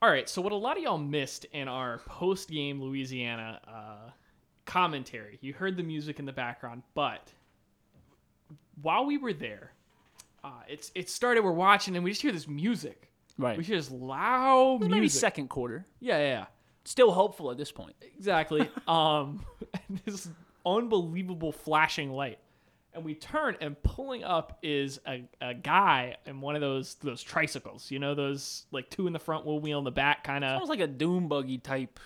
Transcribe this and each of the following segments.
All right, so what a lot of y'all missed in our post game Louisiana uh, commentary, you heard the music in the background, but while we were there, uh, it's it started. We're watching, and we just hear this music. Right. We hear this loud music. Maybe second quarter. Yeah, yeah, Still hopeful at this point. yeah. exactly. um, and this unbelievable flashing light, and we turn, and pulling up is a, a guy in one of those those tricycles. You know those like two in the front, one wheel in the back, kind of. Almost like a doom buggy type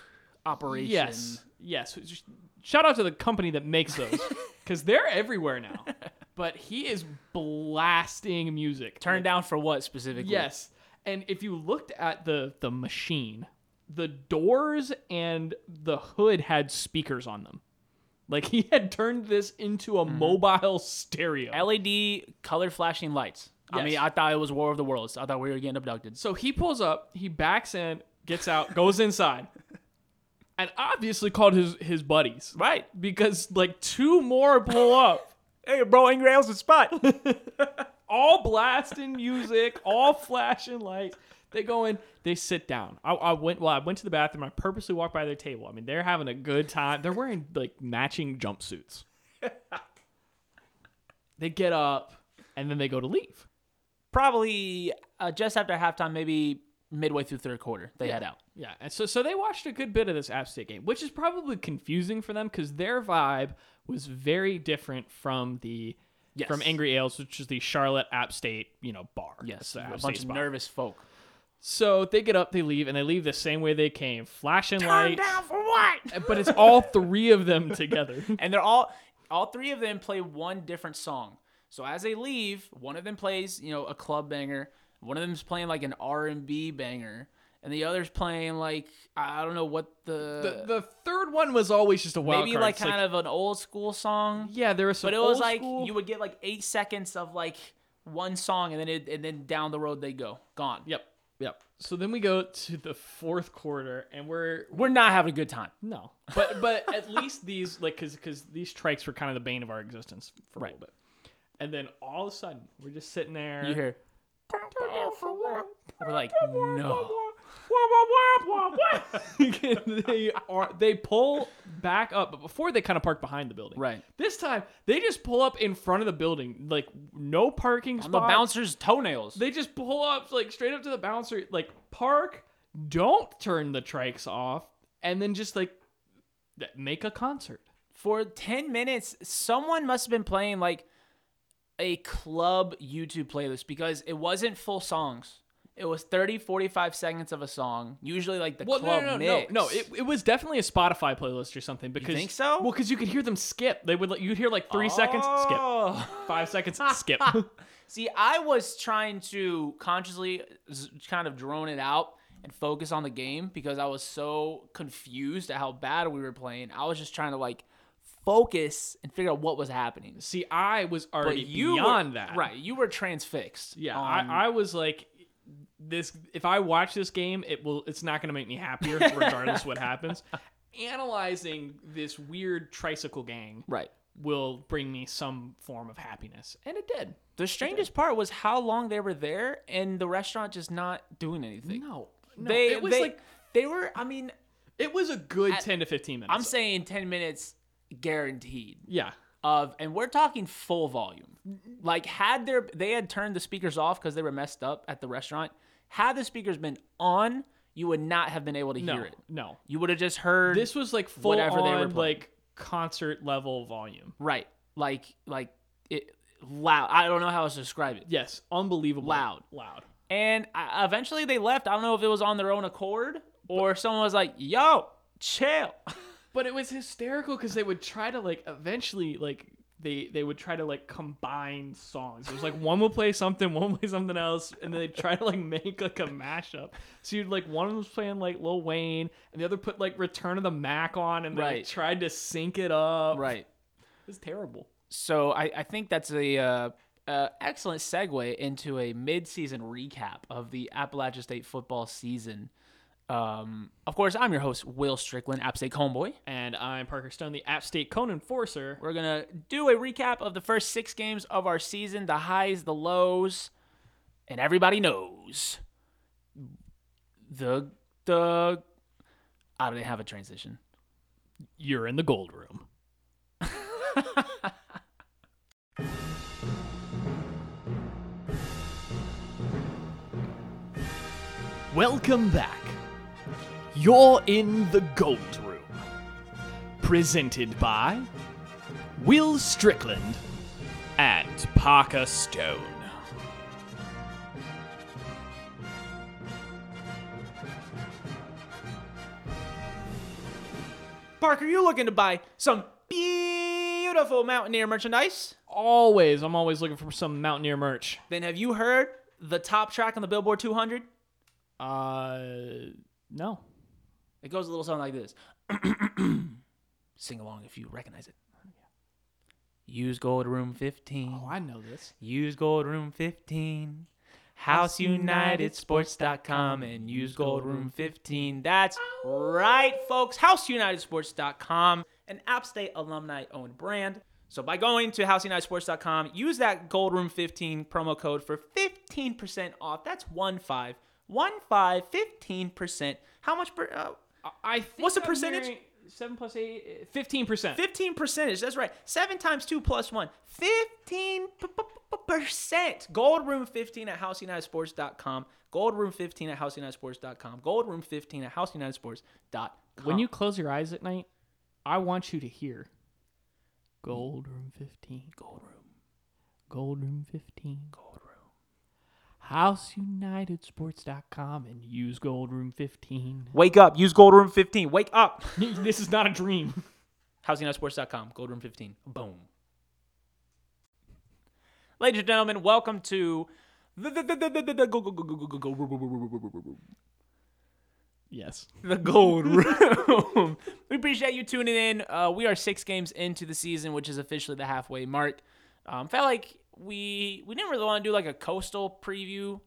operation. Yes, yes. It's just- Shout out to the company that makes those because they're everywhere now. But he is blasting music. Turned down for what specifically? Yes, and if you looked at the the machine, the doors and the hood had speakers on them. Like he had turned this into a mobile stereo. LED color flashing lights. I Yes. mean, I thought it was War of the Worlds. I thought we were getting abducted. So he pulls up, he backs in, gets out, goes inside, and obviously called his his buddies Right. because like two more pull up. Hey, bro, Angry Al's the spot. all blasting music, all flashing lights. They go in, they sit down. I, I went well, I went to the bathroom, I purposely walked by their table. I mean, they're having a good time. They're wearing like matching jumpsuits. they get up and then they go to leave. Probably uh, just after halftime, maybe midway through third quarter, they head out. Yeah, and so so they watched a good bit of this App State game, which is probably confusing for them because their vibe was very different from the Yes. from Angry Ales, which is the Charlotte App State, you know, bar. It's Yes, the a App State bunch of spot. nervous folk. So they get up, they leave, and they leave the same way they came, flashing lights. for what? But it's all three of them together. and they're all, all three of them play one different song. So as they leave, one of them plays, you know, a club banger. One of them's playing like an R and B banger, and the other's playing like I don't know what The, the, the third one was always just a wild maybe card. like It's kind of an old school song. yeah, there was some But it was old like school- you would get like eight seconds of like one song, and then it, and then down the road they go gone. yep, yep. So then we go to the fourth quarter, and we're We're not having a good time. no, but but at least these like because because these trikes were kind of the bane of our existence for a little bit, and then all of a sudden we're just sitting there. You hear? We're like, no. they are they pull back up, but before they kind of park behind the building. Right. This time they just pull up in front of the building, like no parking On spot. the bouncer's toenails. They just pull up like straight up to the bouncer, like park, don't turn the trikes off, and then just like th- make a concert. For 10 minutes, someone must have been playing like a club YouTube playlist because it wasn't full songs. It was 30, 45 seconds of a song, usually like the Well, no, club no, no, mix. no, no. It, it was definitely a Spotify playlist or something. Because think so? Well, because you could hear them skip. They would like you'd hear like three seconds skip, Oh. five seconds skip. See, I was trying to consciously z- kind of drone it out and focus on the game because I was so confused at how bad we were playing. I was just trying to like focus and figure out what was happening. See, I was already you beyond were, that. right? Um, You were transfixed. Yeah, on- I, I was like, this. If I watch this game, it will. It's not going to make me happier, regardless what happens. Analyzing this weird tricycle gang right. will bring me some form of happiness, and it did. The strangest part was how long they were there and the restaurant just not doing anything. No, no, they it was they, like they were. I mean, it was a good ten to fifteen minutes. I'm saying ten minutes guaranteed. yeah, of and we're talking full volume like had their they had turned the speakers off because they were messed up at the restaurant had the speakers been on you would not have been able to no, hear it no. you would have just heard This was like full Whatever they were on playing. like concert level volume. right like like it loud i don't know how else to describe it Yes, unbelievable. Loud. loud. and I, eventually they left i don't know if it was on their own accord or someone was like yo chill but it was hysterical because they would try to like eventually like they they would try to like combine songs. It was like one would play something, one would play something else, and then they try to like make like a mashup. So you'd like one was playing like Lil Wayne, and the other put like Return of the Mac on, and they like, Right. tried to sync it up. right it was terrible. so I, I think that's a uh, uh, excellent segue into a mid-season recap of the Appalachian State football season. Um, of course, I'm your host, Will Strickland, App State homeboy. And I'm Parker Stone, the App State Conan Forcer. We're gonna do a recap of the first six games of our season, the highs, the lows, and everybody knows the the I didn't have a transition. You're in the gold room. Welcome back. You're in the gold room. Presented by Will Strickland and Parker Stone. Parker, you looking to buy some beautiful Mountaineer merchandise? Always, I'm always looking for some Mountaineer merch. Then have you heard the top track on the Billboard 200? Uh, no. It goes a little something like this. Sing along if you recognize it. Use gold room 15. Oh, I know this. Use gold room 15. House United Sports.com and use gold room 15. That's right, folks. House United Sports.com, an App State alumni owned brand. So by going to houseunitedsports.com, use that gold room 15 promo code for 15% off. That's one five, one five, 15%. How much per, uh, I think What's the percentage? Seven plus eight, eh, fifteen percent. 15 percentage. That's right. Seven times two plus one. 15 p- p- p- percent. Gold room 15 at houseunitedsports.com. Gold room 15 at houseunitedsports.com. Gold room 15 at houseunitedsports.com. When you close your eyes at night, I want you to hear Gold Room 15, gold room, Gold Room 15, gold room. HouseUnitedSports.com and use Gold Room 15. Wake up. Use gold room 15. Wake up. this is not a dream. houseunitedsports.com. Gold room 15. Boom. Ladies and gentlemen, welcome to the the the the the the- the go- go- go- go- go- go- go- Yes. the gold room. we appreciate you tuning in. Uh, we are six games into the season, which is officially the halfway mark. Um, felt like we we didn't really want to do like a coastal preview.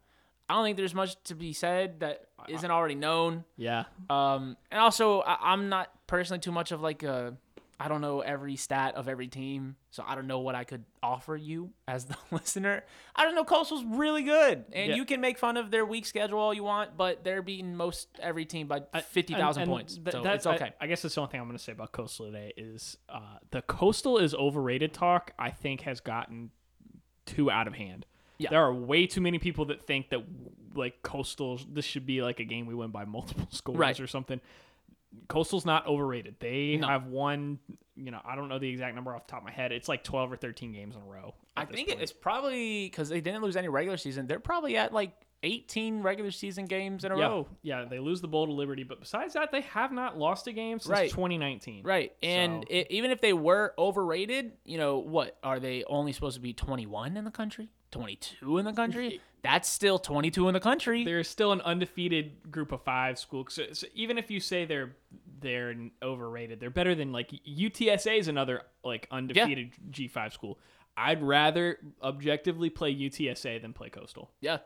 I don't think there's much to be said that isn't already known. Yeah. Um, and also, I, I'm not personally too much of like a I don't know every stat of every team, so I don't know what I could offer you as the listener. I don't know Coastal's really good, and Yeah. you can make fun of their weak schedule all you want, but they're beating most every team by fifty thousand And- and points, th- so that's- it's okay. I, I guess that's the only thing I'm going to say about Coastal today is uh, the Coastal is overrated talk, I think, has gotten too out of hand. Yeah. There are way too many people that think that like Coastal this should be like a game we win by multiple scores Right. or something. Coastal's not overrated. They No. have won, you know, I don't know the exact number off the top of my head. It's like 12 or 13 games in a row. I at this think point. it's probably because they didn't lose any regular season. They're probably at like eighteen regular season games in a yeah, row. yeah, they lose the Bowl to Liberty, but besides that, they have not lost a game since Right. 2019. Right. And So- i even if they were overrated, you know, what are they only supposed to be 21 in the country? 22 in the country? That's still 22 in the country. There's still an undefeated group of five school. So, so even if you say they're they're n- overrated, they're better than like UTSA is another like undefeated G5 school. I'd rather objectively play UTSA than play Coastal. yeah.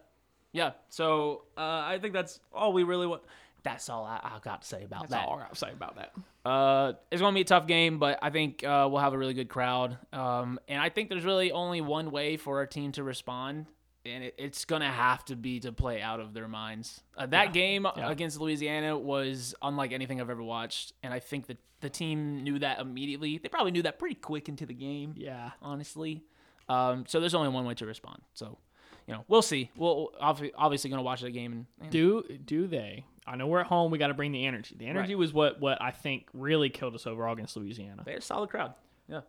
Yeah. So uh, I think that's all we really want. That's all I, I got to say about That's that. all I'll say about that. Uh, it's going to be a tough game, but I think uh, we'll have a really good crowd. Um, and I think there's really only one way for our team to respond, and it, it's going to have to be to play out of their minds. Uh, that game against Louisiana was unlike anything I've ever watched, and I think that the team knew that immediately. They probably knew that pretty quick into the game Yeah, honestly. Um, so there's only one way to respond. So, you know, we'll see. We'll obvi- obviously going to watch the game and, and do do they? I know we're at home. We got to bring the energy. The energy was what what I think really killed us overall against Louisiana. they're a solid crowd. Yeah.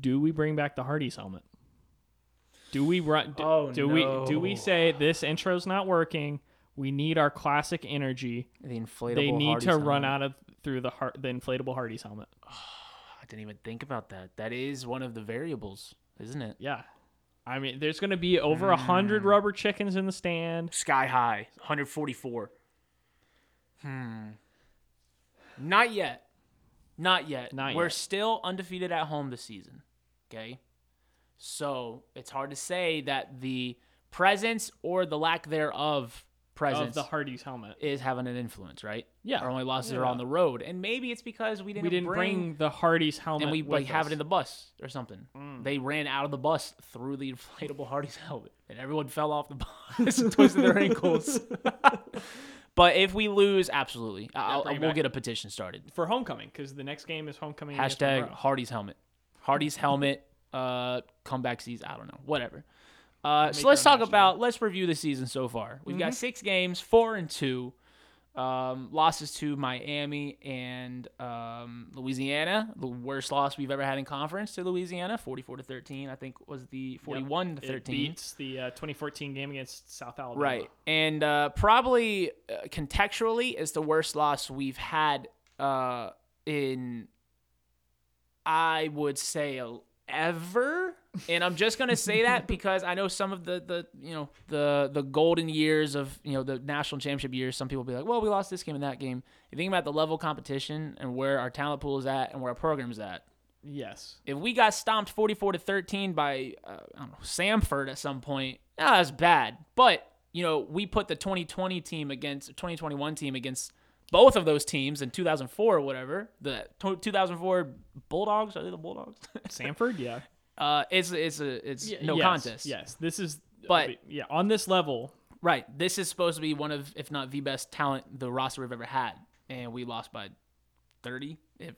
do we bring back the Hardee's helmet? Do we run? Do, Oh, do we do we no. say this intro's not working? We need our classic energy. The inflatable. They need Hardee's to run helmet. out of through the heart the inflatable Hardee's helmet. I didn't even think about that. That is one of the variables, isn't it? Yeah, I mean, there's going to be over Mm. a hundred rubber chickens in the stand. Sky high, 144. Hmm. Not yet. Not yet. Not We're yet. still undefeated at home this season. Okay. So it's hard to say that the presence or the lack thereof Of presence the Hardee's helmet, is having an influence, right? Yeah. Our only losses are Yeah. on the road. And maybe it's because we didn't, we didn't bring, bring the Hardee's helmet, and we with like have us. Mm. it in the bus or something. They ran out of the bus through the inflatable Hardy's helmet, and everyone fell off the bus and twisted their ankles. But if we lose, absolutely, I- I'll, bring it we'll back. get a petition started. for homecoming because the next game is homecoming. against Hashtag Monroe. Hardy's helmet. Hardy's helmet. Uh, comeback season. I don't know. Whatever. Uh, Make so let's our talk national. about. Let's review the season so far. We've got six games, four and two. Um, losses to Miami and um, Louisiana. The worst loss we've ever had in conference to Louisiana, forty-four to thirteen. I think was the forty-one to It thirteen. beats the uh, 2014 game against South Alabama. Right. And uh, probably uh, contextually is the worst loss we've had uh, in, I would say, el- ever. And I'm just gonna say that because I know some of the, the you know the the golden years of you know the national championship years. Some people be like, well, we lost this game and that game. You think about the level of competition and where our talent pool is at and where our program is at Yes. if we got stomped 44 to 13 by uh, I don't know Samford at some point, nah, that's bad. But you know, we put the 2020 team against 2021 team against both of those teams in 2004 or whatever. The tw 2004 Bulldogs are they the Bulldogs? Sanford. Yeah. uh, it's it's a it's Yeah, no yes, contest. Yes. This is. But- yeah, on this level, Right. This is supposed to be one of, if not the best talent the roster we've ever had, and we lost by 30, if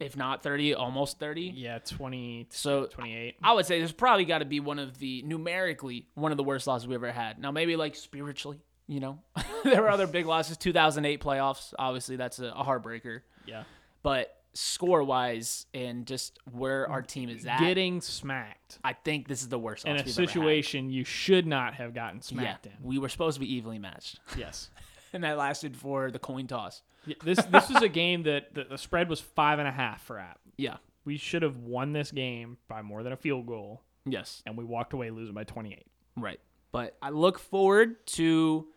if not 30, almost 30. yeah, 20, So 28. I would say there's probably got to be one of the numerically one of the worst losses we ever had. Now maybe like spiritually, you know, there were other big losses. 2008 playoffs, obviously that's a, a heartbreaker. Yeah, But score wise and just where our team is at, getting smacked I think this is the worst. in loss a we've ever had. situation you should not have gotten yeah, smacked we were supposed to be evenly matched, in. Yes, and that lasted for the coin toss. Yeah, this this was a game that the, the spread was five and a half for App. Yeah. We should have won this game by more than a field goal, Yes. and we walked away losing by 28. Right. But I look forward to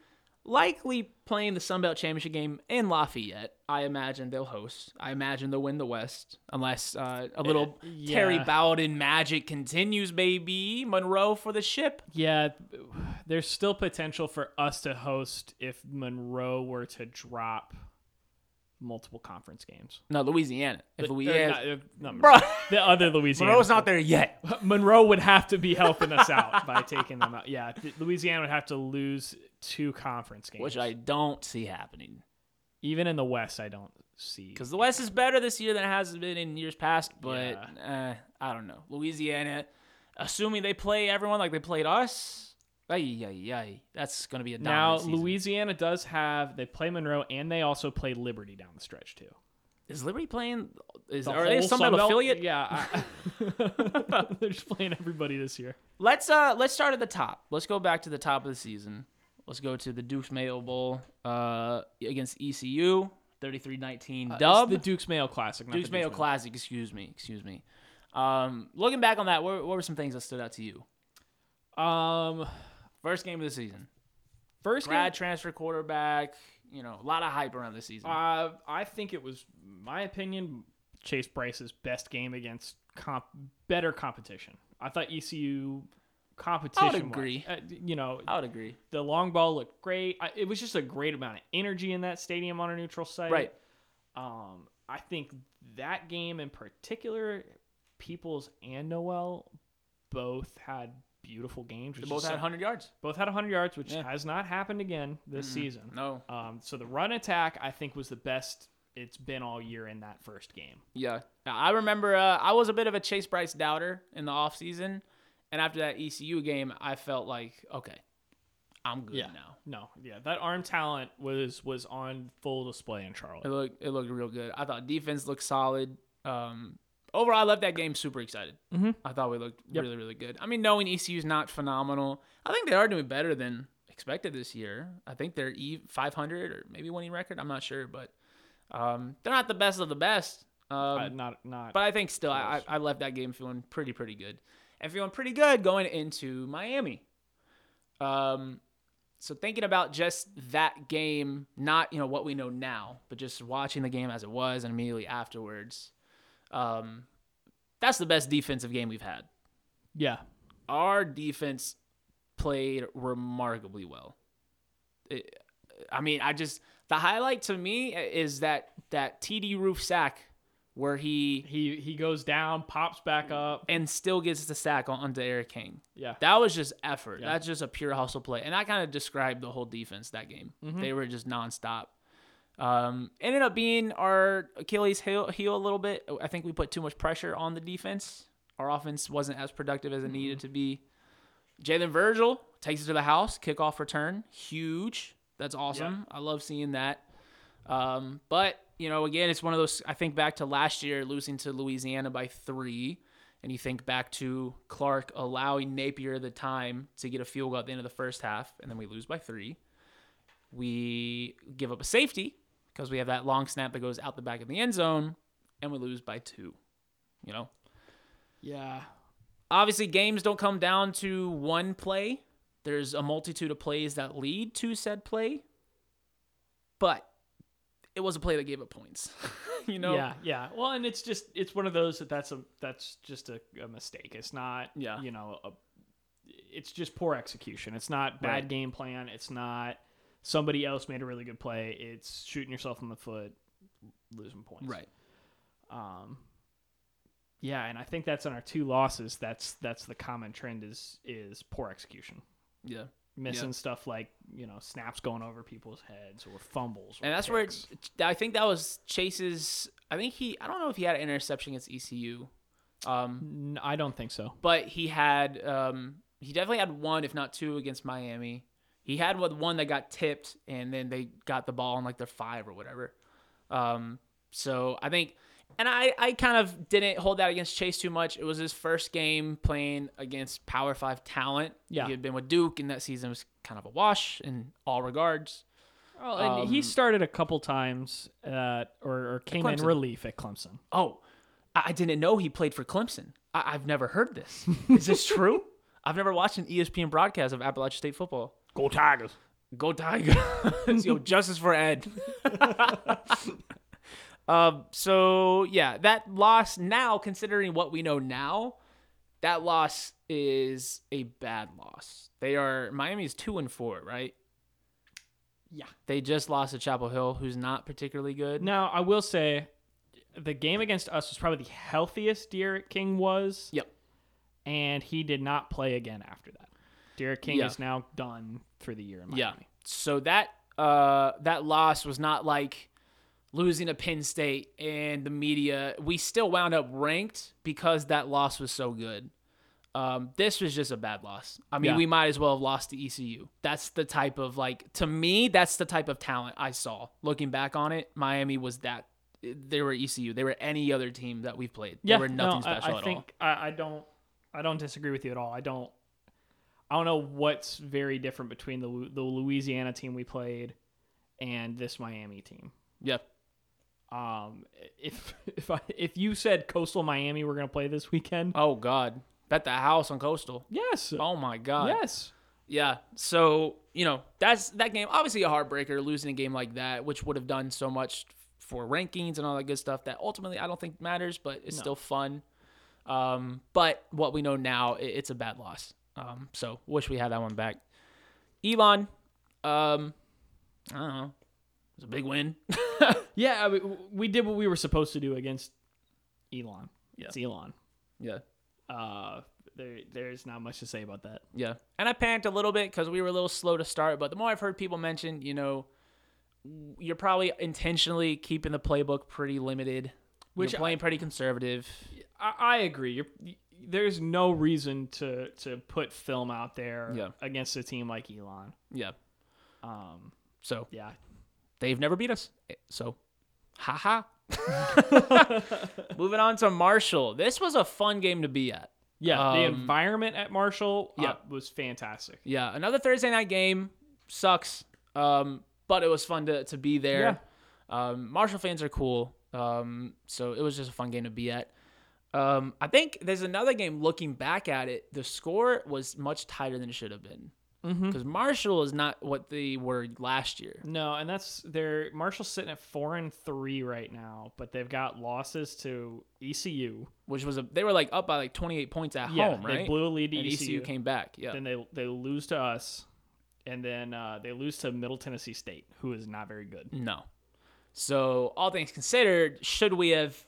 likely playing the Sun Belt Championship game in Lafayette. I imagine they'll host. I imagine they'll win the West, unless uh, a little yeah. Terry Bowden magic continues, baby. Monroe for the ship. Yeah, there's still potential for us to host if Monroe were to drop multiple conference games. No, Louisiana. If Or Louisiana, not- if- not Bro. Monroe. the other Louisiana. uh, Monroe's not there yet. Monroe would have to be helping us out by taking them out. Yeah, th- Louisiana would have to lose two conference games. Which I don't see happening even in the West, I don't see. because the West is better this year than it has been in years past. But uh, I don't know. Louisiana, assuming they play everyone like they played us, ay, ay, ay, that's gonna be a now dominant season. Louisiana does have they play Monroe and they also play Liberty down the stretch too. Is Liberty playing? Is The are they whole some Sun kind of Belt- affiliate? Yeah, I- they're just playing everybody this year. Let's uh let's start at the top. Let's go back to the top of the season. Let's go to the Duke's Mayo Bowl uh against ECU, 33-19 dub. Uh, the Duke's Mayo Classic. Duke's Mayo Classic. Excuse me. Excuse me. Um, looking back on that, what, what were some things that stood out to you? Um, First game of the season, first game, grad transfer quarterback. You know, a lot of hype around this season. uh, I think it was my opinion Chase Bryce's best game against comp- better competition. I thought E ECU competition. agree. Uh, you know, I would agree. the long ball looked great. I, it was just a great amount of energy in that stadium on a neutral site. Right. Um, I think that game in particular, Peoples and Noel both had beautiful games. They which both is had some- 100 yards. both had 100 yards, which Yeah. has not happened again this season. No. Um, so the run attack, I think, was the best it's been all year in that first game. Yeah. Now, I remember uh, I was a bit of a Chase Bryce doubter in the offseason. And after that ECU game, I felt like, okay, I'm good Yeah. now. No, yeah, that arm talent was was on full display in It Charlotte. looked it looked real good. I thought defense looked solid. Um, overall, I left that game super excited. Mhm. I thought we looked Yep. really really good. I mean, knowing E ECU's not phenomenal, I think they are doing better than expected this year. I think they're e 500 or maybe winning record. I'm not sure, but um, they're not the best of the best. Um, Uh, not not But I think still, I, I I left that game feeling pretty, pretty good. And feeling pretty good going into Miami. Um, so thinking about just that game, not, you know, what we know now, but just watching the game as it was and immediately afterwards, um, that's the best defensive game we've had. yeah. Our defense played remarkably well. It, I mean, I just, the highlight to me is that, that TD roof sack where he He he goes down, pops back up. and still gets the sack on, onto Eric King. Yeah. That was just effort. Yeah. That's just a pure hustle play. And I kind of described the whole defense that game. They were just nonstop. Um, ended up being our Achilles heel, heel a little bit. I think we put too much pressure on the defense. Our offense wasn't as productive as it needed to be. Jalen Virgil takes it to the house, kickoff return, huge. That's awesome. I love seeing that. Um, but you know, again, it's one of those. I think back to last year losing to Louisiana by three, and you think back to Clark allowing Napier the time to get a field goal at the end of the first half, and then we lose by three. We give up a safety because we have that long snap that goes out the back of the end zone, and we lose by two. You know, Yeah. obviously games don't come down to one play. There's a multitude of plays that lead to said play. But it was a play that gave up points. you know? Yeah, yeah. Well, and it's just it's one of those that that's a that's just a, a mistake. It's not Yeah. you know, a, it's just poor execution. It's not bad Right. game plan. It's not somebody else made a really good play. It's shooting yourself in the foot, losing points. Right. Um yeah, and I think that's on our two losses. That's that's the common trend is is poor execution. Yeah. Missing stuff like, you know, snaps going over people's heads or fumbles. Or And that's where picks. it's, I think that was Chase's. I think he. I don't know if he had an interception against E ECU. Um, N- I don't think so. but he had. Um, he definitely had one, if not two, against Miami. He had one one that got tipped, and then they got the ball on like their five or whatever. Um, so I think, and I, I kind of didn't hold that against Chase too much. It was his first game playing against Power Five talent. Yeah. he had been with Duke, and that season was kind of a wash in all regards. Well, and he Um, started a couple times at, or, or came in Clemson. relief at Clemson. Oh, I, I didn't know he played for Clemson. I, I've never heard this. Is this true? I've never watched an E ESPN broadcast of Appalachian State football. Go Tigers! Go Tigers! Yo, justice for Ed. um, so yeah, that loss now, considering what we know now, that loss is a bad loss. They are Miami's two and four, right? Yeah. They just lost to Chapel Hill, who's not particularly good. Now I will say, the game against us was probably the healthiest Derek King was, Yep. and he did not play again after that. Derek King Yeah. is now done for the year in Miami. Yeah. So that uh that loss was not like losing to Penn State and the media. We still wound up ranked because that loss was so good. Um, this was just a bad loss. I mean, Yeah. we might as well have lost to ECU. That's the type of like to me, that's the type of talent I saw. Looking back on it, Miami was that they were ECU. They were any other team that we've played. Yeah, they were nothing no, I- special I, at think all. I, I don't, I don't disagree with you at all. I don't, I don't know what's very different between the Lu- the Louisiana team we played and this Miami team. Yeah. Um, if if I, if you said Coastal Miami were going to play this weekend, Oh God. Bet the house on Coastal. yes, Oh my God. yes, Yeah. So, you know, that's that game. Obviously, a heartbreaker losing a game like that, which would have done so much for rankings and all that good stuff that ultimately I don't think matters, but it's No. still fun. Um, but what we know now, i it's a bad loss. Um, so, wish we had that one back. Elon, um, I don't know. It was a big win. yeah. I mean, we did what we were supposed to do against Elon. It's Elon. yeah. Uh, there there's not much to say about that. Yeah. And I panicked a little bit because we were a little slow to start. But the more I've heard people mention, you know, you're probably intentionally keeping the playbook pretty limited. Which Which you're I- playing pretty conservative. I, I agree. You're, there's no reason to to put film out there Yeah. against a team like Elon. Yeah. Um, So yeah, they've never beat us. So, haha. Moving on to Marshall. This was a fun game to be at. yeah. the Um, environment at Marshall, uh, yeah. was fantastic. Yeah, another Thursday night game sucks, um, but it was fun to, to be there. Um, Marshall fans are cool, um, so it was just a fun game to be at. Um, I think there's another game. Looking back at it, the score was much tighter than it should have been Mm-hmm. because Marshall is not what they were last year. No, and that's they're Marshall's sitting at four and three right now, but they've got losses to E ECU. Which was a they were like up by like 28 points at yeah, home, right? they blew E a lead to and ECU. ECU came back. Yeah, Then they they lose to us, and then uh, they lose to Middle Tennessee State, who is not very good. No. So all things considered, should we have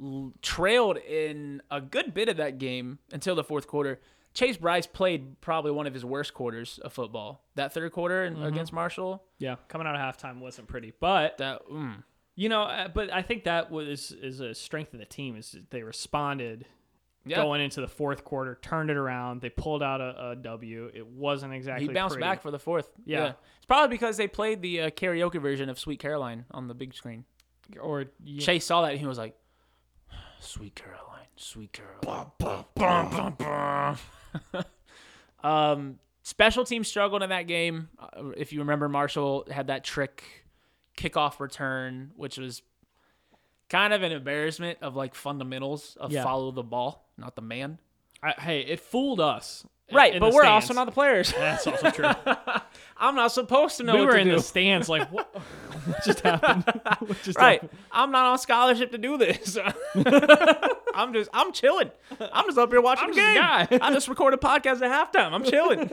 l- trailed in a good bit of that game until the fourth quarter. Chase Bryce played probably one of his worst quarters of football. That third quarter Mm-hmm. in, against Marshall, Yeah, coming out of halftime wasn't pretty, but that mm, you know, uh, but I think that was is a strength of the team is that they responded yeah, going into the fourth quarter, turned it around, they pulled out a, a W. It wasn't exactly he bounced pretty. back for the fourth. Yeah. it's probably because they played the uh, karaoke version of Sweet Caroline on the big screen. or yeah, Chase saw that and he was like, "Sweet Caroline, Sweet Caroline." um, special teams struggled in that game. Uh, If you remember, Marshall had that trick kickoff return, which was kind of an embarrassment of like fundamentals of Yeah. follow the ball, not the man. I, hey, it fooled us. in- Right, in but the we're stands. also not the players. That's also true. I'm not supposed to know. we what were to in do. the stands, like what, what just happened? What just Right. happened? I'm not on scholarship to do this. I'm just I'm chilling. I'm just up here watching I'm the just a game. guy. I just recorded a podcast at halftime. I'm chilling.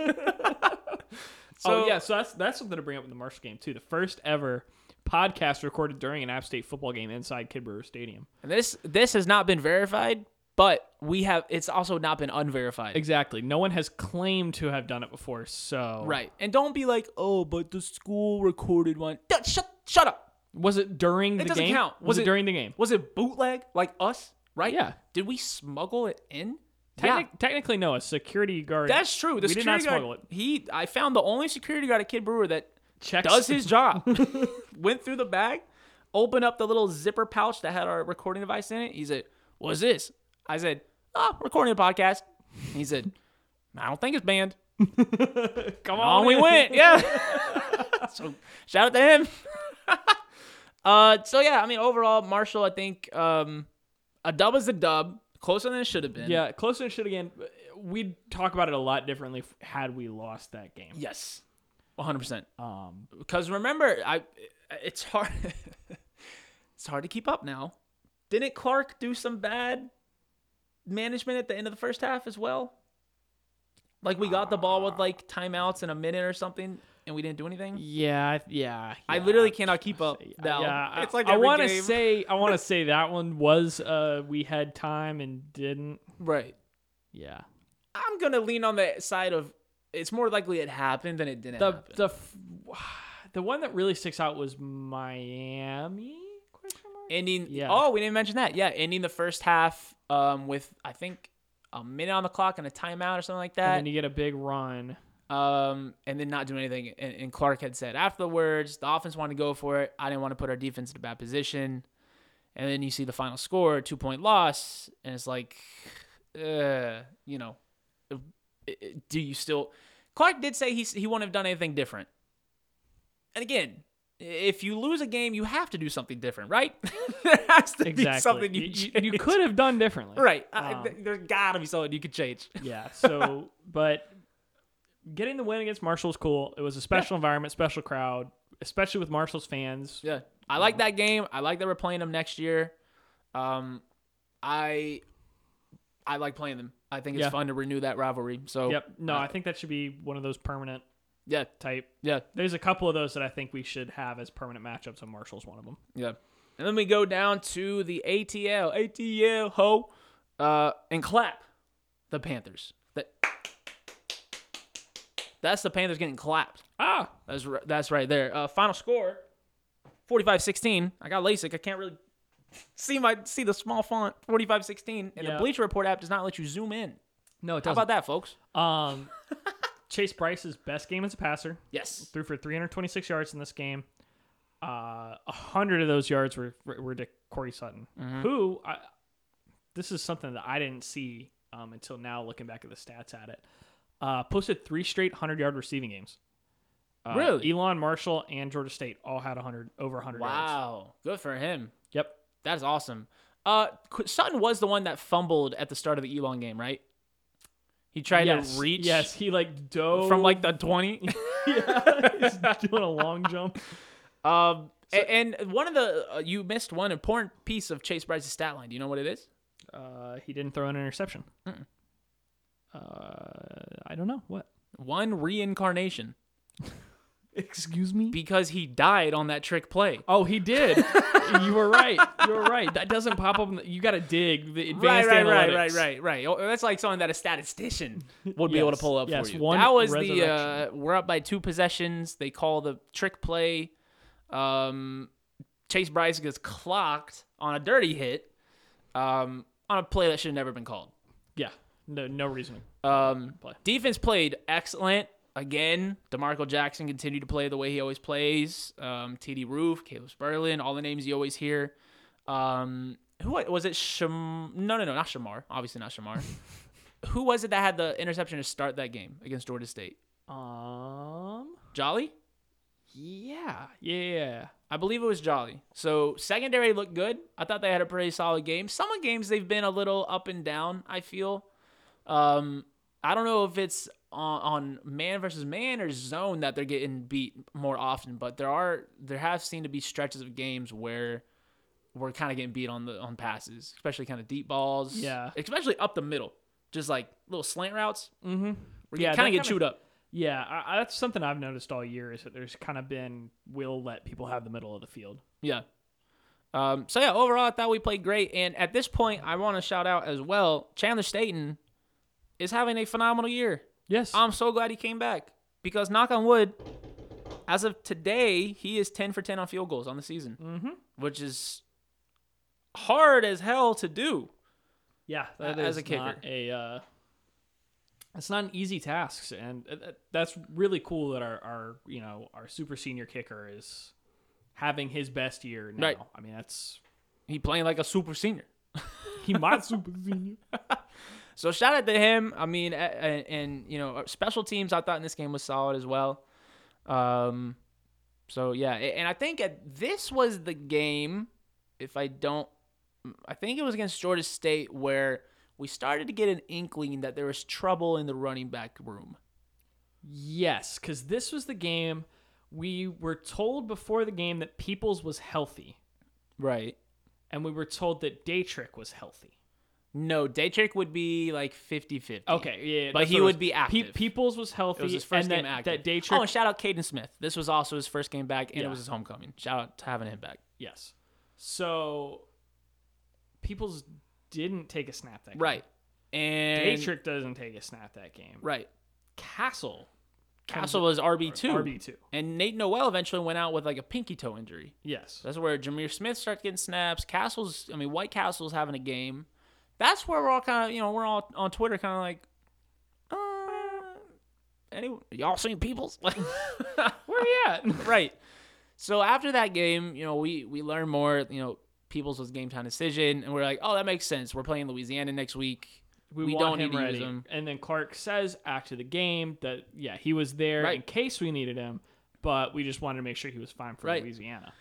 oh yeah, so that's that's something to bring up in the Marshall game too. The first ever podcast recorded during an App State football game inside Kid Brewer Stadium. And this this has not been verified, but we have it's also not been unverified. Exactly. No one has claimed to have done it before, so Right. And don't be like, "Oh, but the school recorded one." Duh, Shut shut up. Was it during the doesn't game? count. Was, Was it, it- during the game? Was it bootleg like us? Right? Yeah. Did we smuggle it in? Technic- Technically, no. A security guard. That's true. The we did security not guard, smuggle it. He, I found the only security guard at Kid Brewer that Checks does his job. Went through the bag, opened up the little zipper pouch that had our recording device in it. He said, "What's this?" I said, "Ah, recording a podcast." He said, "I don't think it's banned." Come On we in. went, yeah. so shout out to him. uh, so yeah, I mean overall, Marshall, I think um, a dub is a dub, closer than it should have been. Yeah, closer to shit again. We'd talk about it a lot differently if- had we lost that game. Yes. 100%. Um, because remember i it's hard it's hard to keep up now didn't clark do some bad management at the end of the first half as well like we got the ball with like timeouts in a minute or something and we didn't do anything yeah, I- yeah, i yeah. literally cannot keep up Yeah, now yeah, it's like I, I every wanna game. say I want to say that one was uh we had time and didn't. right Yeah. i'm gonna lean on the side of it's more likely it happened than it didn't The happen. the f- the one that really sticks out was Miami question mark. ending Yeah. oh we didn't mention that yeah ending the first half um with i think a minute on the clock and a timeout or something like And that then you get a big run. um, and then not do anything. And, and Clark had said afterwards, the offense wanted to go for it. I didn't want to put our defense in a bad position. And then you see the final score, two point loss, and it's like, uh, you know, uh, do you still? Clark did say he s- he wouldn't have done anything different. And again, if you lose a game, you have to do something different, right? there has to Exactly. be something you you, you- you change. could have done differently. right. I- Um, th- there's gotta be something you could change. Yeah. So, but getting the win against Marshall was cool. It was a special environment, special crowd, especially with Marshall's fans. Yeah. I like that game. I like that we're playing them next year. Um, I I like playing them. I think it's Yeah. fun to renew that rivalry. So Yep. No, uh, I think that should be one of those permanent yeah, type. yeah, There's a couple of those that I think we should have as permanent matchups, and Marshall's one of them. yeah. And then we go down to the ATL, ATL ho, uh, and clap the Panthers. That that's the Panthers getting clapped. Ah, That's r- that's right there. Uh, final score, 45-16. I got LASIK. I can't really see my see the small font 45-16. And Yeah. the Bleacher Report app does not let you zoom in. no, it How about that, folks? Um, Chase Bryce's best game as a passer Yes. threw for 326 yards in this game. Uh, a hundred of those yards were were to Corey Sutton, Mm-hmm. Mm. who I, this is something that I didn't see um, until now, looking back at the stats at it. Uh, posted three straight hundred yard receiving games. Uh, Really? Elon Marshall and Georgia State all had 100 over 100 yards. Wow. Good for him. Yep. That is awesome. Uh, Qu- Sutton was the one that fumbled at the start of the Elon game, right? He tried yes. to reach Yes, he like dove from like the twenty. yeah, he's doing a long jump. um, a- and one of the uh, you missed one important piece of Chase Bryce's stat line. Do you know what it is? Uh, he didn't throw an interception. Uh, I don't know what. One reincarnation. Excuse me? because he died on that trick play. Oh, he did. you were right. You were right. That doesn't pop up. In the, you got to dig the Right, advanced right, analytics. right, right, right, right. Oh, That's like something that a statistician would be able to Yes, pull up yes, for you. one that was the uh, resurrection. we're up by two possessions. They call the trick play. Um, Chase Bryce gets clocked on a dirty hit um, on a play that should have never been called. Yeah. No, no reasoning. Um, Play. Defense played excellent again. Demarco Jackson continued to play the way he always plays. Um, TD Roof, Caleb Sperlin, all the names you always hear. Um, who wa- was it? Sham? No, no, no, not Shamar. Obviously not Shamar. who was it that had the interception to start that game against Georgia State? Um. Jolly. Yeah. Yeah. I believe it was Jolly. So secondary looked good. I thought they had a pretty solid game. Some of the games they've been a little up and down. I feel. Um, I don't know if it's on, on man versus man or zone that they're getting beat more often, but there are there have seemed to be stretches of games where we're kind of getting beat on the on passes, especially kind of deep balls. Yeah. especially up the middle, just like little slant routes. Mm-hmm. We're Yeah, kind that of get kinda- chewed up. Yeah. I, I, that's something I've noticed all year is that there's kind of been we'll let people have the middle of the field. Yeah. Um, so yeah, overall, I thought we played great. And at this point, I want to shout out as well. Chandler Staten is having a phenomenal year. Yes. I'm so glad he came back because knock on wood, as of today, he is 10 for 10 on field goals on the season, mm-hmm. which is hard as hell to do. Yeah, that as is a kicker. not a uh, it's not an easy task, and uh, uh, that's really cool that our, our you know our super senior kicker is having his best year now. Right. I mean, that's He playing like a super senior. he might super senior. So shout out to him. I mean, a- a- and, you know, our special teams I thought in this game was solid as well. Um, so yeah, a- and I think at, this was the game. If I don't, I think it was against Georgia State where we started to get an inkling that there was trouble in the running back room. Yes, because this was the game we were told before the game that Peoples was healthy, Right. and we were told that Daytrick was healthy. No, Daytrick would be like 50-50. Okay, yeah, But that's he what it would was. be active. Peoples was healthy, It was his first and game that, that active. Daytrick oh, and shout out Caden Smith. This was also his first game back, and Yeah. it was his homecoming. Shout out to having him back. Yes. So Peoples didn't take a snap that game. Right. And Daytrick doesn't take a snap that game. Right. Castle. Castle was RB two, RB two. and Nate Noel eventually went out with like a pinky toe injury. Yes. That's where Jameer Smith starts getting snaps. Castle's, I mean, White Castle's having a game. That's where we're all kind of, you know, we're all on Twitter kind of like, uh, any y'all seen Peoples? Like, Where he at? right. So after that game, you know, we we learned more. You know, Peoples was game time decision, and we're like, oh, that makes sense. We're playing Louisiana next week. We want don't him need to use ready. him. And then Clark says after the game that yeah, he was there Right. in case we needed him, but we just wanted to make sure he was fine for Right. Louisiana.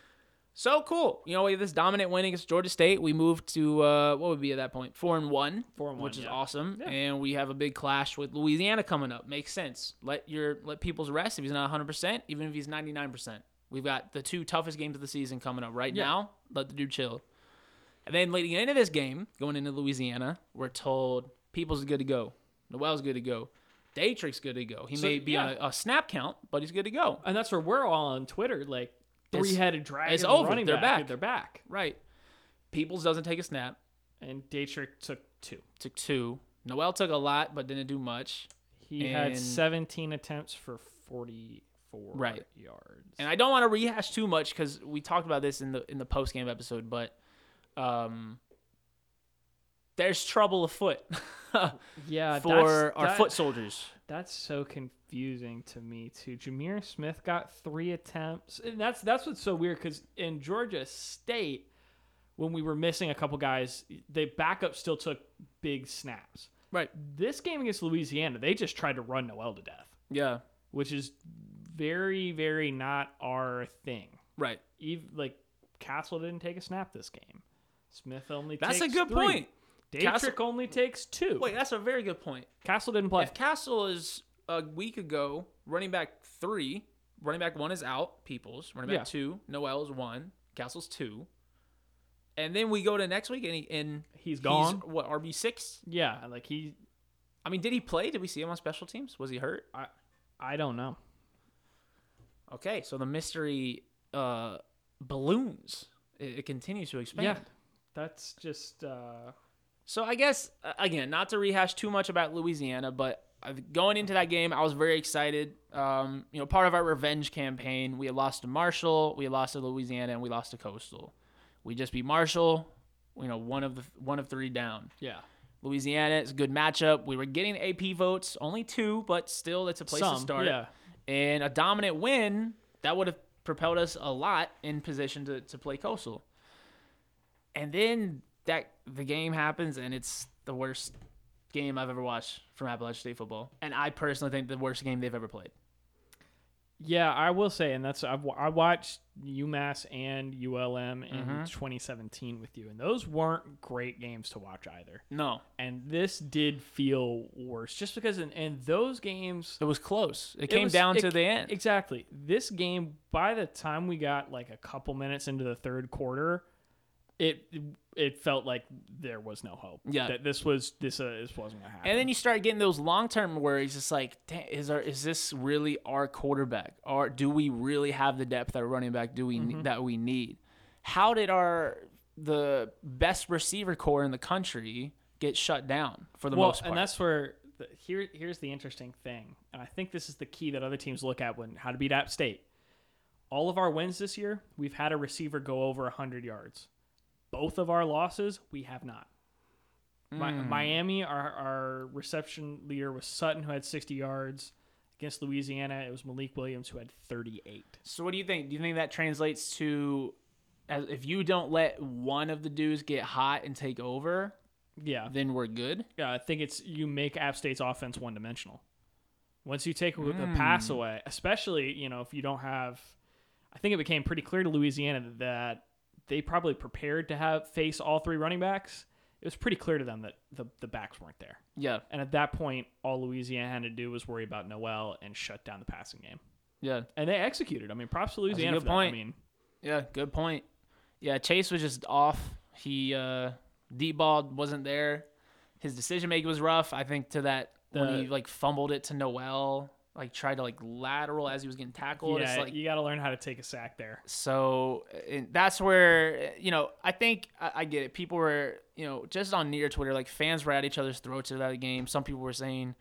So cool. You know, we had this dominant win against Georgia State. We moved to uh, what would be at that point four and one, Four and one, which is yeah. awesome. Yeah. And we have a big clash with Louisiana coming up. Makes sense. Let your let people's rest if he's not one hundred percent, even if he's ninety nine percent. We've got the two toughest games of the season coming up right Yeah. now. Let the dude chill. And then leading into this game, going into Louisiana, we're told people's good to go. Noel's good to go. Daytrick's good to go. He So, may be on yeah. a, a snap count, but he's good to go. And that's where we're all on Twitter, like It's- three headed dragon. it's over. Running They're back. back. They're back. Right. Peoples doesn't take a snap. And Daytrick took two. took two. Noel took a lot, but didn't do much. He had And- 17 attempts for 44 Right. yards. And I don't want to rehash too much because we talked about this in the in the post game episode, but um, there's trouble afoot yeah, for Uh, that's- our that- foot soldiers. That's so confusing to me too. Jameer Smith got three attempts, and that's that's what's so weird because in Georgia State, when we were missing a couple guys, the backup still took big snaps. Right. This game against Louisiana, they just tried to run Noel to death, Yeah. which is very very not our thing. Right. Even like Castle didn't take a snap this game. Smith only That's a takes good three. point. Daytrick Castle- only takes two. Wait, that's a very good point. Castle didn't play. If Castle is a week ago running back three, running back one is out, Peoples. Running back Yeah. two, Noel is one, Castle's two. And then we go to next week and, he, and He's gone. what, RB six? yeah, like he I mean, did he play? Did we see him on special teams? Was he hurt? I don't know. Okay, so the mystery uh, balloons. It, it continues to expand. Yeah, that's just uh, So I guess uh, again, not to rehash too much about Louisiana, but I've- going into that game, I was very excited. Um, you know, part of our revenge campaign, we had lost to Marshall, we had lost to Louisiana, and we lost to Coastal. We just beat Marshall. You know, one of the one of three down. yeah. Louisiana is a good matchup. We were getting AP votes, only two, but still, it's a place Some, to start. yeah. And a dominant win that would have propelled us a lot in position to, to play Coastal. And then that the game happens, and it's the worst game I've ever watched from Appalachian State football. And I personally think the worst game they've ever played. Yeah, I will say, and that's I've, I watched UMass and ULM in Mm-hmm. 2017 with you, and those weren't great games to watch either. No, And this did feel worse, just because in, in those games it was close. It, it came was- down it- to the end. Exactly. This game, by the time we got like a couple minutes into the third quarter, it it felt like there was no hope. Yeah. that this was this uh, this wasn't gonna happen. And then you start getting those long term worries. It's like, "Dang, is our is this really our quarterback? Or do we really have the depth at running back? Do we that we need? How did our the best receiver core in the country get shut down for the well, most part? and that's where the, here here's the interesting thing, and I think this is the key that other teams look at when how to beat App State. All of our wins this year, we've had a receiver go over 100 yards. Both of our losses, we have not. Mi- Hmm. Miami, our, our reception leader was Sutton, who had 60 yards. Against Louisiana, it was Malik Williams, who had 38. so what do you think? Do you think that translates to as, if you don't let one of the dudes get hot and take over, Yeah. then we're good? Yeah, I think it's you make App State's offense one dimensional. Once you take the Hmm. pass away, especially you know if you don't have, I think it became pretty clear to Louisiana that they probably prepared to have face all three running backs. It was pretty clear to them that the the backs weren't there, Yeah, and at that point, all Louisiana had to do was worry about Noel and shut down the passing game, yeah. and they executed. I mean, props to Louisiana good for that. point. I mean, Yeah, good point. Yeah, Chase was just off. He uh deep ball wasn't there. His decision making was rough. I think to that when The- he like fumbled it to Noel, like tried to like lateral as he was getting tackled. yeah, it's like you got to learn how to take a sack there. so and that's where eh, you know I think I, I get it. People were you know just on near Twitter like fans were at each other's throats about the game. Some people were saying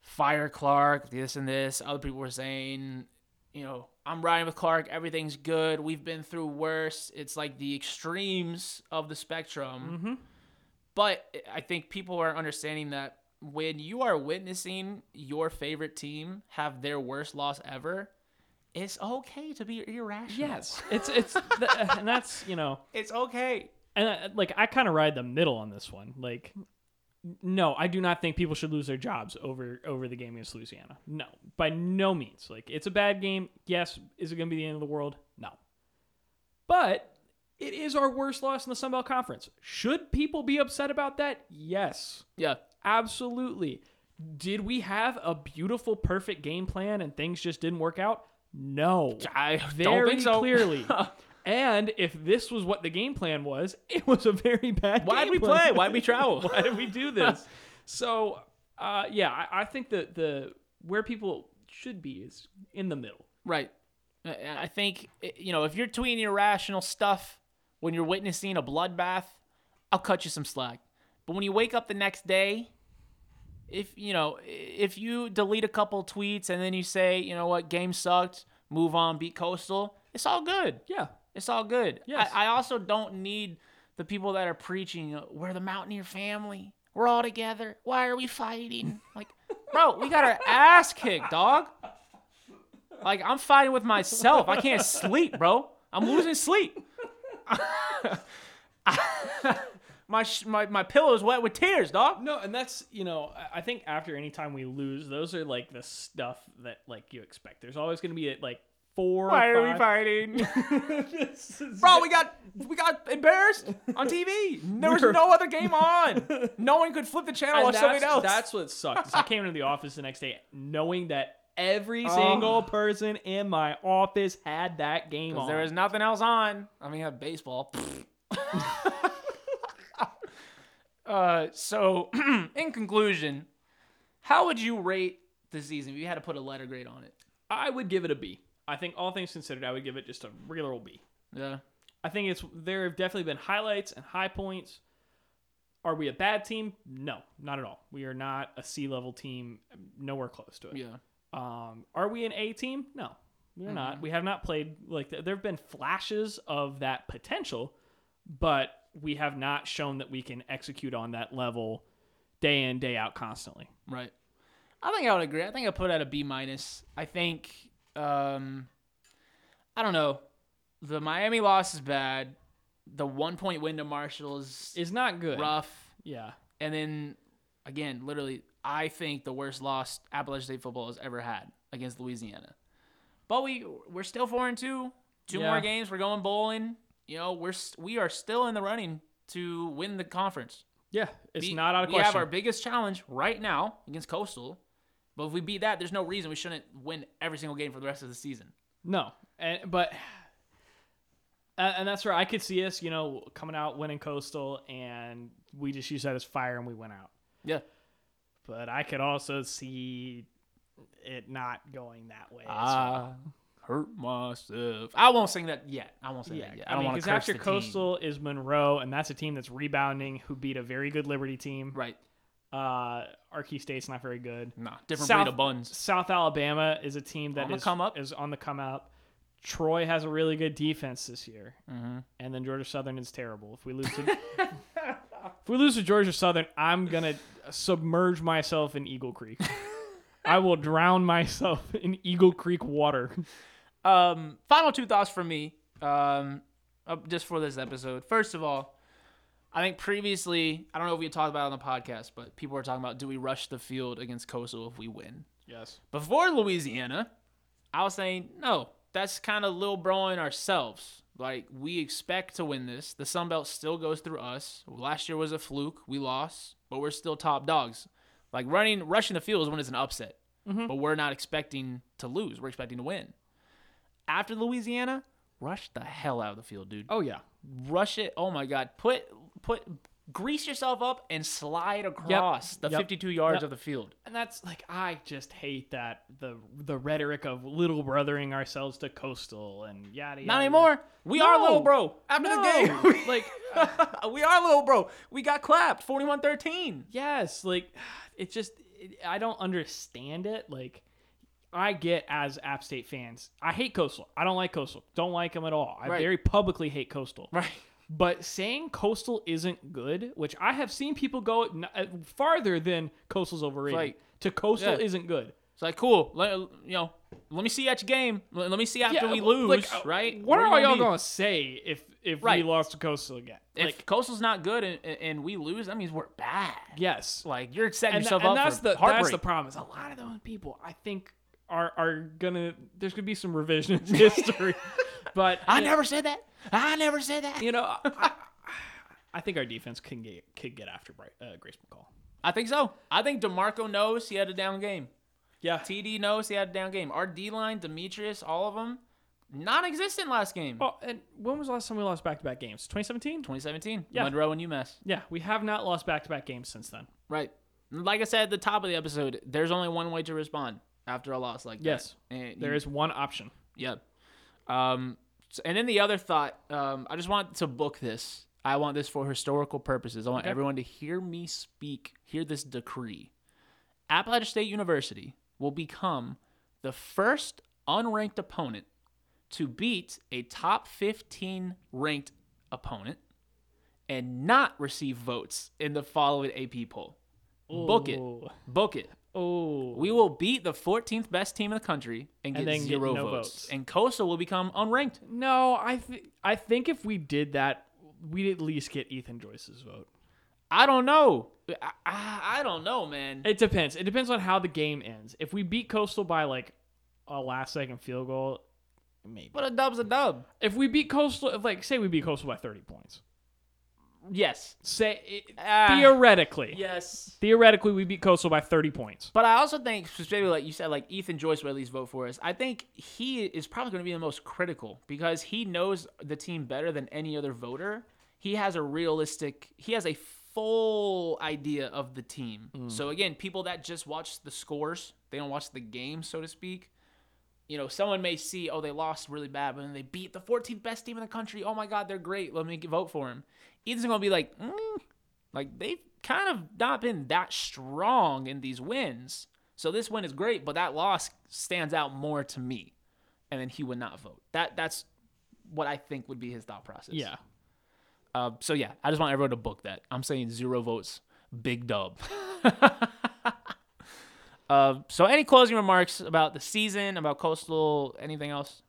fire Clark, this and this. Other people were saying you know I'm riding with Clark. Everything's good. We've been through worse. It's like the extremes of the spectrum. Mm-hmm. But eh, I think people are understanding that when you are witnessing your favorite team have their worst loss ever, it's okay to be irrational. Yes, it's it's the, and that's you know It's okay. and I, like I kind of ride the middle on this one. Like, n- no, I do not think people should lose their jobs over over the game against Louisiana. No, by no means. Like, it's a bad game. Yes, is it going to be the end of the world? No, but it is our worst loss in the Sun Belt Conference. Should people be upset about that? Yes, Yeah. absolutely. Did we have a beautiful, perfect game plan and things just didn't work out? No I very clearly. and if this was what the game plan was, it was a very bad. Why'd game we plan. play? Why'd we travel? Why did we do this? so, uh, yeah, I, I think that the where people should be is in the middle. Right. I I think, you know, if you're tweeting irrational stuff when you're witnessing a bloodbath, I'll cut you some slack. But when you wake up the next day, if, you know, if you delete a couple tweets and then you say, you know what, game sucked, move on, beat Coastal, it's all good. Yeah, It's all good. Yes. I, I also don't need the people that are preaching, uh, we're the Mountaineer family. We're all together. Why are we fighting? Like, bro, we got our ass kicked, dog. Like, I'm fighting with myself. I can't sleep, bro. I'm losing sleep. my, sh- my my pillow is wet with tears, dog. no, and that's you know I- I think after any time we lose, those are like the stuff that like you expect. There's always going to be like four. or Why are we five- fighting? This is- Bro, we got we got embarrassed on TV. There was We're- no other game on. No one could flip the channel and watch And something that's- else. That's what sucked. is I came into the office the next day knowing that every Oh. single person in my office had that game on. There is nothing else on. I mean, I have baseball. uh, so, in conclusion, how would you rate the season if you had to put a letter grade on it? I would give it a B. I think all things considered, I would give it just a regular old B. Yeah. I think it's there have definitely been highlights and high points. Are we a bad team? No, not at all. We are not a C level team, nowhere close to it. Yeah. Um, are we an A team? No, we're not. We have not played like th- there have been flashes of that potential, but we have not shown that we can execute on that level day in day out constantly. Right. I think I would agree. I think I put out a B minus. I think um I don't know. The Miami loss is bad. The one point win to Marshall is It's not good. rough. Yeah, And then again, literally, I think the worst loss Appalachian State football has ever had against Louisiana. But we we're still four and two. Two Yeah. more games. We're going bowling. You know, we're s- we are still in the running to win the conference. yeah, it's We- not out of we question. have our biggest challenge right now against Coastal. But if we beat that, there's no reason we shouldn't win every single game for the rest of the season. No, and but and and that's where I could see us, you know, coming out winning coastal, and we just use that as fire, and we went out. Yeah. But I could also see it not going that way. as Ah, well. hurt myself. I won't sing that yet. I won't sing yeah, that yet. I, I, don't mean, want to because curse after the team. coastal is Monroe, and that's a team that's rebounding who beat a very good Liberty team. Right. Uh, Archie State's not very good. Nah. Different South- breed of buns. South Alabama is a team that On the is- come up. is on the come up. Troy has a really good defense this year, mm-hmm. and then Georgia Southern is terrible. If we lose to if we lose to Georgia Southern, I'm gonna submerge myself in Eagle Creek. I will drown myself in Eagle Creek water. Um, final two thoughts for me, um, uh, just for this episode. First of all, I think previously, I don't know if we had talked about it on the podcast, but people were talking about do we rush the field against Coastal if we win? Yes. Before Louisiana, I was saying no. That's kind of Lil Broing ourselves. Like we expect to win this. The Sun Belt still goes through us. Last year was a fluke. We lost, but we're still top dogs. Like running, rushing the field is when it's an upset. Mm-hmm. But we're not expecting to lose. We're expecting to win. After Louisiana, rush the hell out of the field, dude. Oh yeah. Rush it. Oh my God. Put put grease yourself up and slide across the Yep. 52 yards Yep. of the field. And that's like I just hate that the the rhetoric of little brothering ourselves to coastal and yada yada. Not anymore. We are No. little bro. After No. the game, like uh, we are little bro. We got clapped 41-13. yes, like it just it, I don't understand it. Like I get as App State fans, I hate coastal. I don't like coastal. Don't like them at all. I Right. very publicly hate coastal. Right. But saying coastal isn't good, which I have seen people go n- uh, farther than coastal's overrated Like- to coastal Yeah. isn't good. It's like cool. Let, you know, let me see you at your game. Let, let me see after we well, lose, like, uh, right? What Where are you y'all be? gonna say if if Right. we lost to Coastal again? If like Coastal's not good and, and we lose, that means we're bad. yes, Like you're setting and, tha- yourself and up that's for the heartbreak. that's the problem. Is a lot of those people I think are are gonna there's gonna be some revisionist history, but I never said that. I never said that. you know I, I think our defense can get could get after Bright, uh, Grace McCall. I think so. I think Demarco knows he had a down game. Yeah. TD knows he had a down game. Our D line, Demetrius, all of them, non-existent last game. Oh, and when was the last time we lost back to back games? 2017. 2017, Yeah. Monroe and UMass. Yeah, we have not lost back to back games since then. Right. Like I said at the top of the episode, there's only one way to respond after a loss like Yes. that. And There you- is one option. Yep. Um, s- and then the other thought, um, I just want to book this. I want this for historical purposes. I want everyone to hear me speak, hear this decree. Appalachian State University will become the first unranked opponent to beat a top 15 ranked opponent and not receive votes in the following AP poll. Book it. Ooh. Book it. Oh, We will beat the 14th best team in the country and get And then get zero no votes. votes. And Coastal will become unranked. No, I th- I think if we did that, we'd at least get Ethan Joyce's vote. I don't know. I, I, I don't know, man. It depends. It depends on how the game ends. If we beat Coastal by like a last second field goal, maybe. But a dub's a dub. If we beat Coastal, if like say we beat Coastal by 30 points, Yes. say it, Ah. theoretically, Yes. theoretically we beat Coastal by 30 points. But I also think, specifically, like you said, like Ethan Joyce would at least vote for us. I think he is probably going to be the most critical because he knows the team better than any other voter. He has a realistic, he has a full idea of the team. So again, people that just watch the scores, they don't watch the game, so to speak. you know, someone may see, oh, they lost really bad, but then they beat the 14th best team in the country. Oh my God, they're great. Let me vote for him. Ethan's gonna be like, mm, like they've kind of not been that strong in these wins. So this win is great, but that loss stands out more to me. And then he would not vote. That that's what I think would be his thought process. Yeah. Uh, so yeah, I just want everyone to book that. I'm saying zero votes, big dub. uh, so any closing remarks about the season, about Coastal, anything else?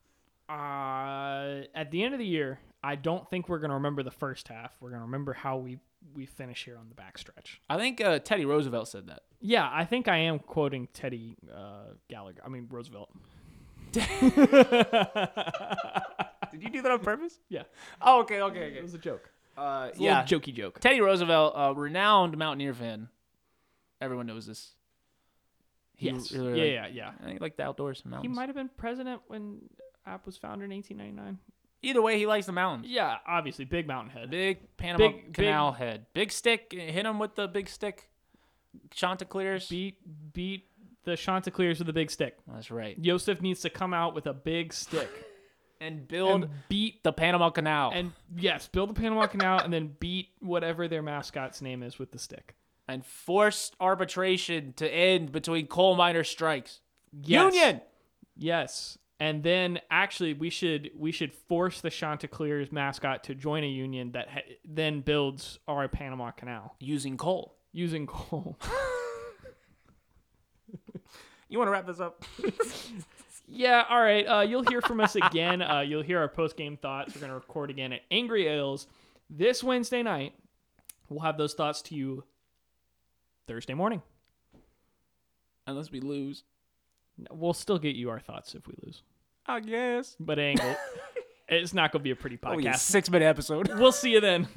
Uh, at the end of the year, I don't think we're gonna remember the first half. We're gonna remember how we we finish here on the backstretch. I think uh, Teddy Roosevelt said that. Yeah, I think I am quoting Teddy uh, Gallagher. I mean Roosevelt. Did you do that on purpose? Yeah, Oh, okay, okay, it was a joke. Uh, It's a yeah, little jokey joke. Teddy Roosevelt, uh, renowned mountaineer fan. Everyone knows this. He Yes. really yeah, liked- yeah, yeah. I think he liked the outdoors and He mountains. might have been president when app was founded in 1899 Either way, he likes the mountains. yeah obviously big mountain head Big Panama Big- Canal head. Big stick. Hit him with the big stick. Chanticleers. beat beat the chanticleers with a big stick That's right. Yosef needs to come out with a big stick And build and beat the Panama Canal. And, and yes build the panama canal and then beat whatever their mascot's name is with the stick forced arbitration to end between coal miner strikes. Yes. Union. yes and then actually we should we should force the chanticleers mascot to join a union that ha- then builds our panama canal Using coal. using coal You want to wrap this up? Yeah, all right. Uh, you'll hear from us again. Uh, you'll hear our post game thoughts. We're going to record again at Angry Ales this Wednesday night. We'll have those thoughts to you Thursday morning. Unless we lose. We'll still get you our thoughts if we lose, I guess. Oh, but angle. it's not going to be a pretty podcast. six minute episode. We'll see you then.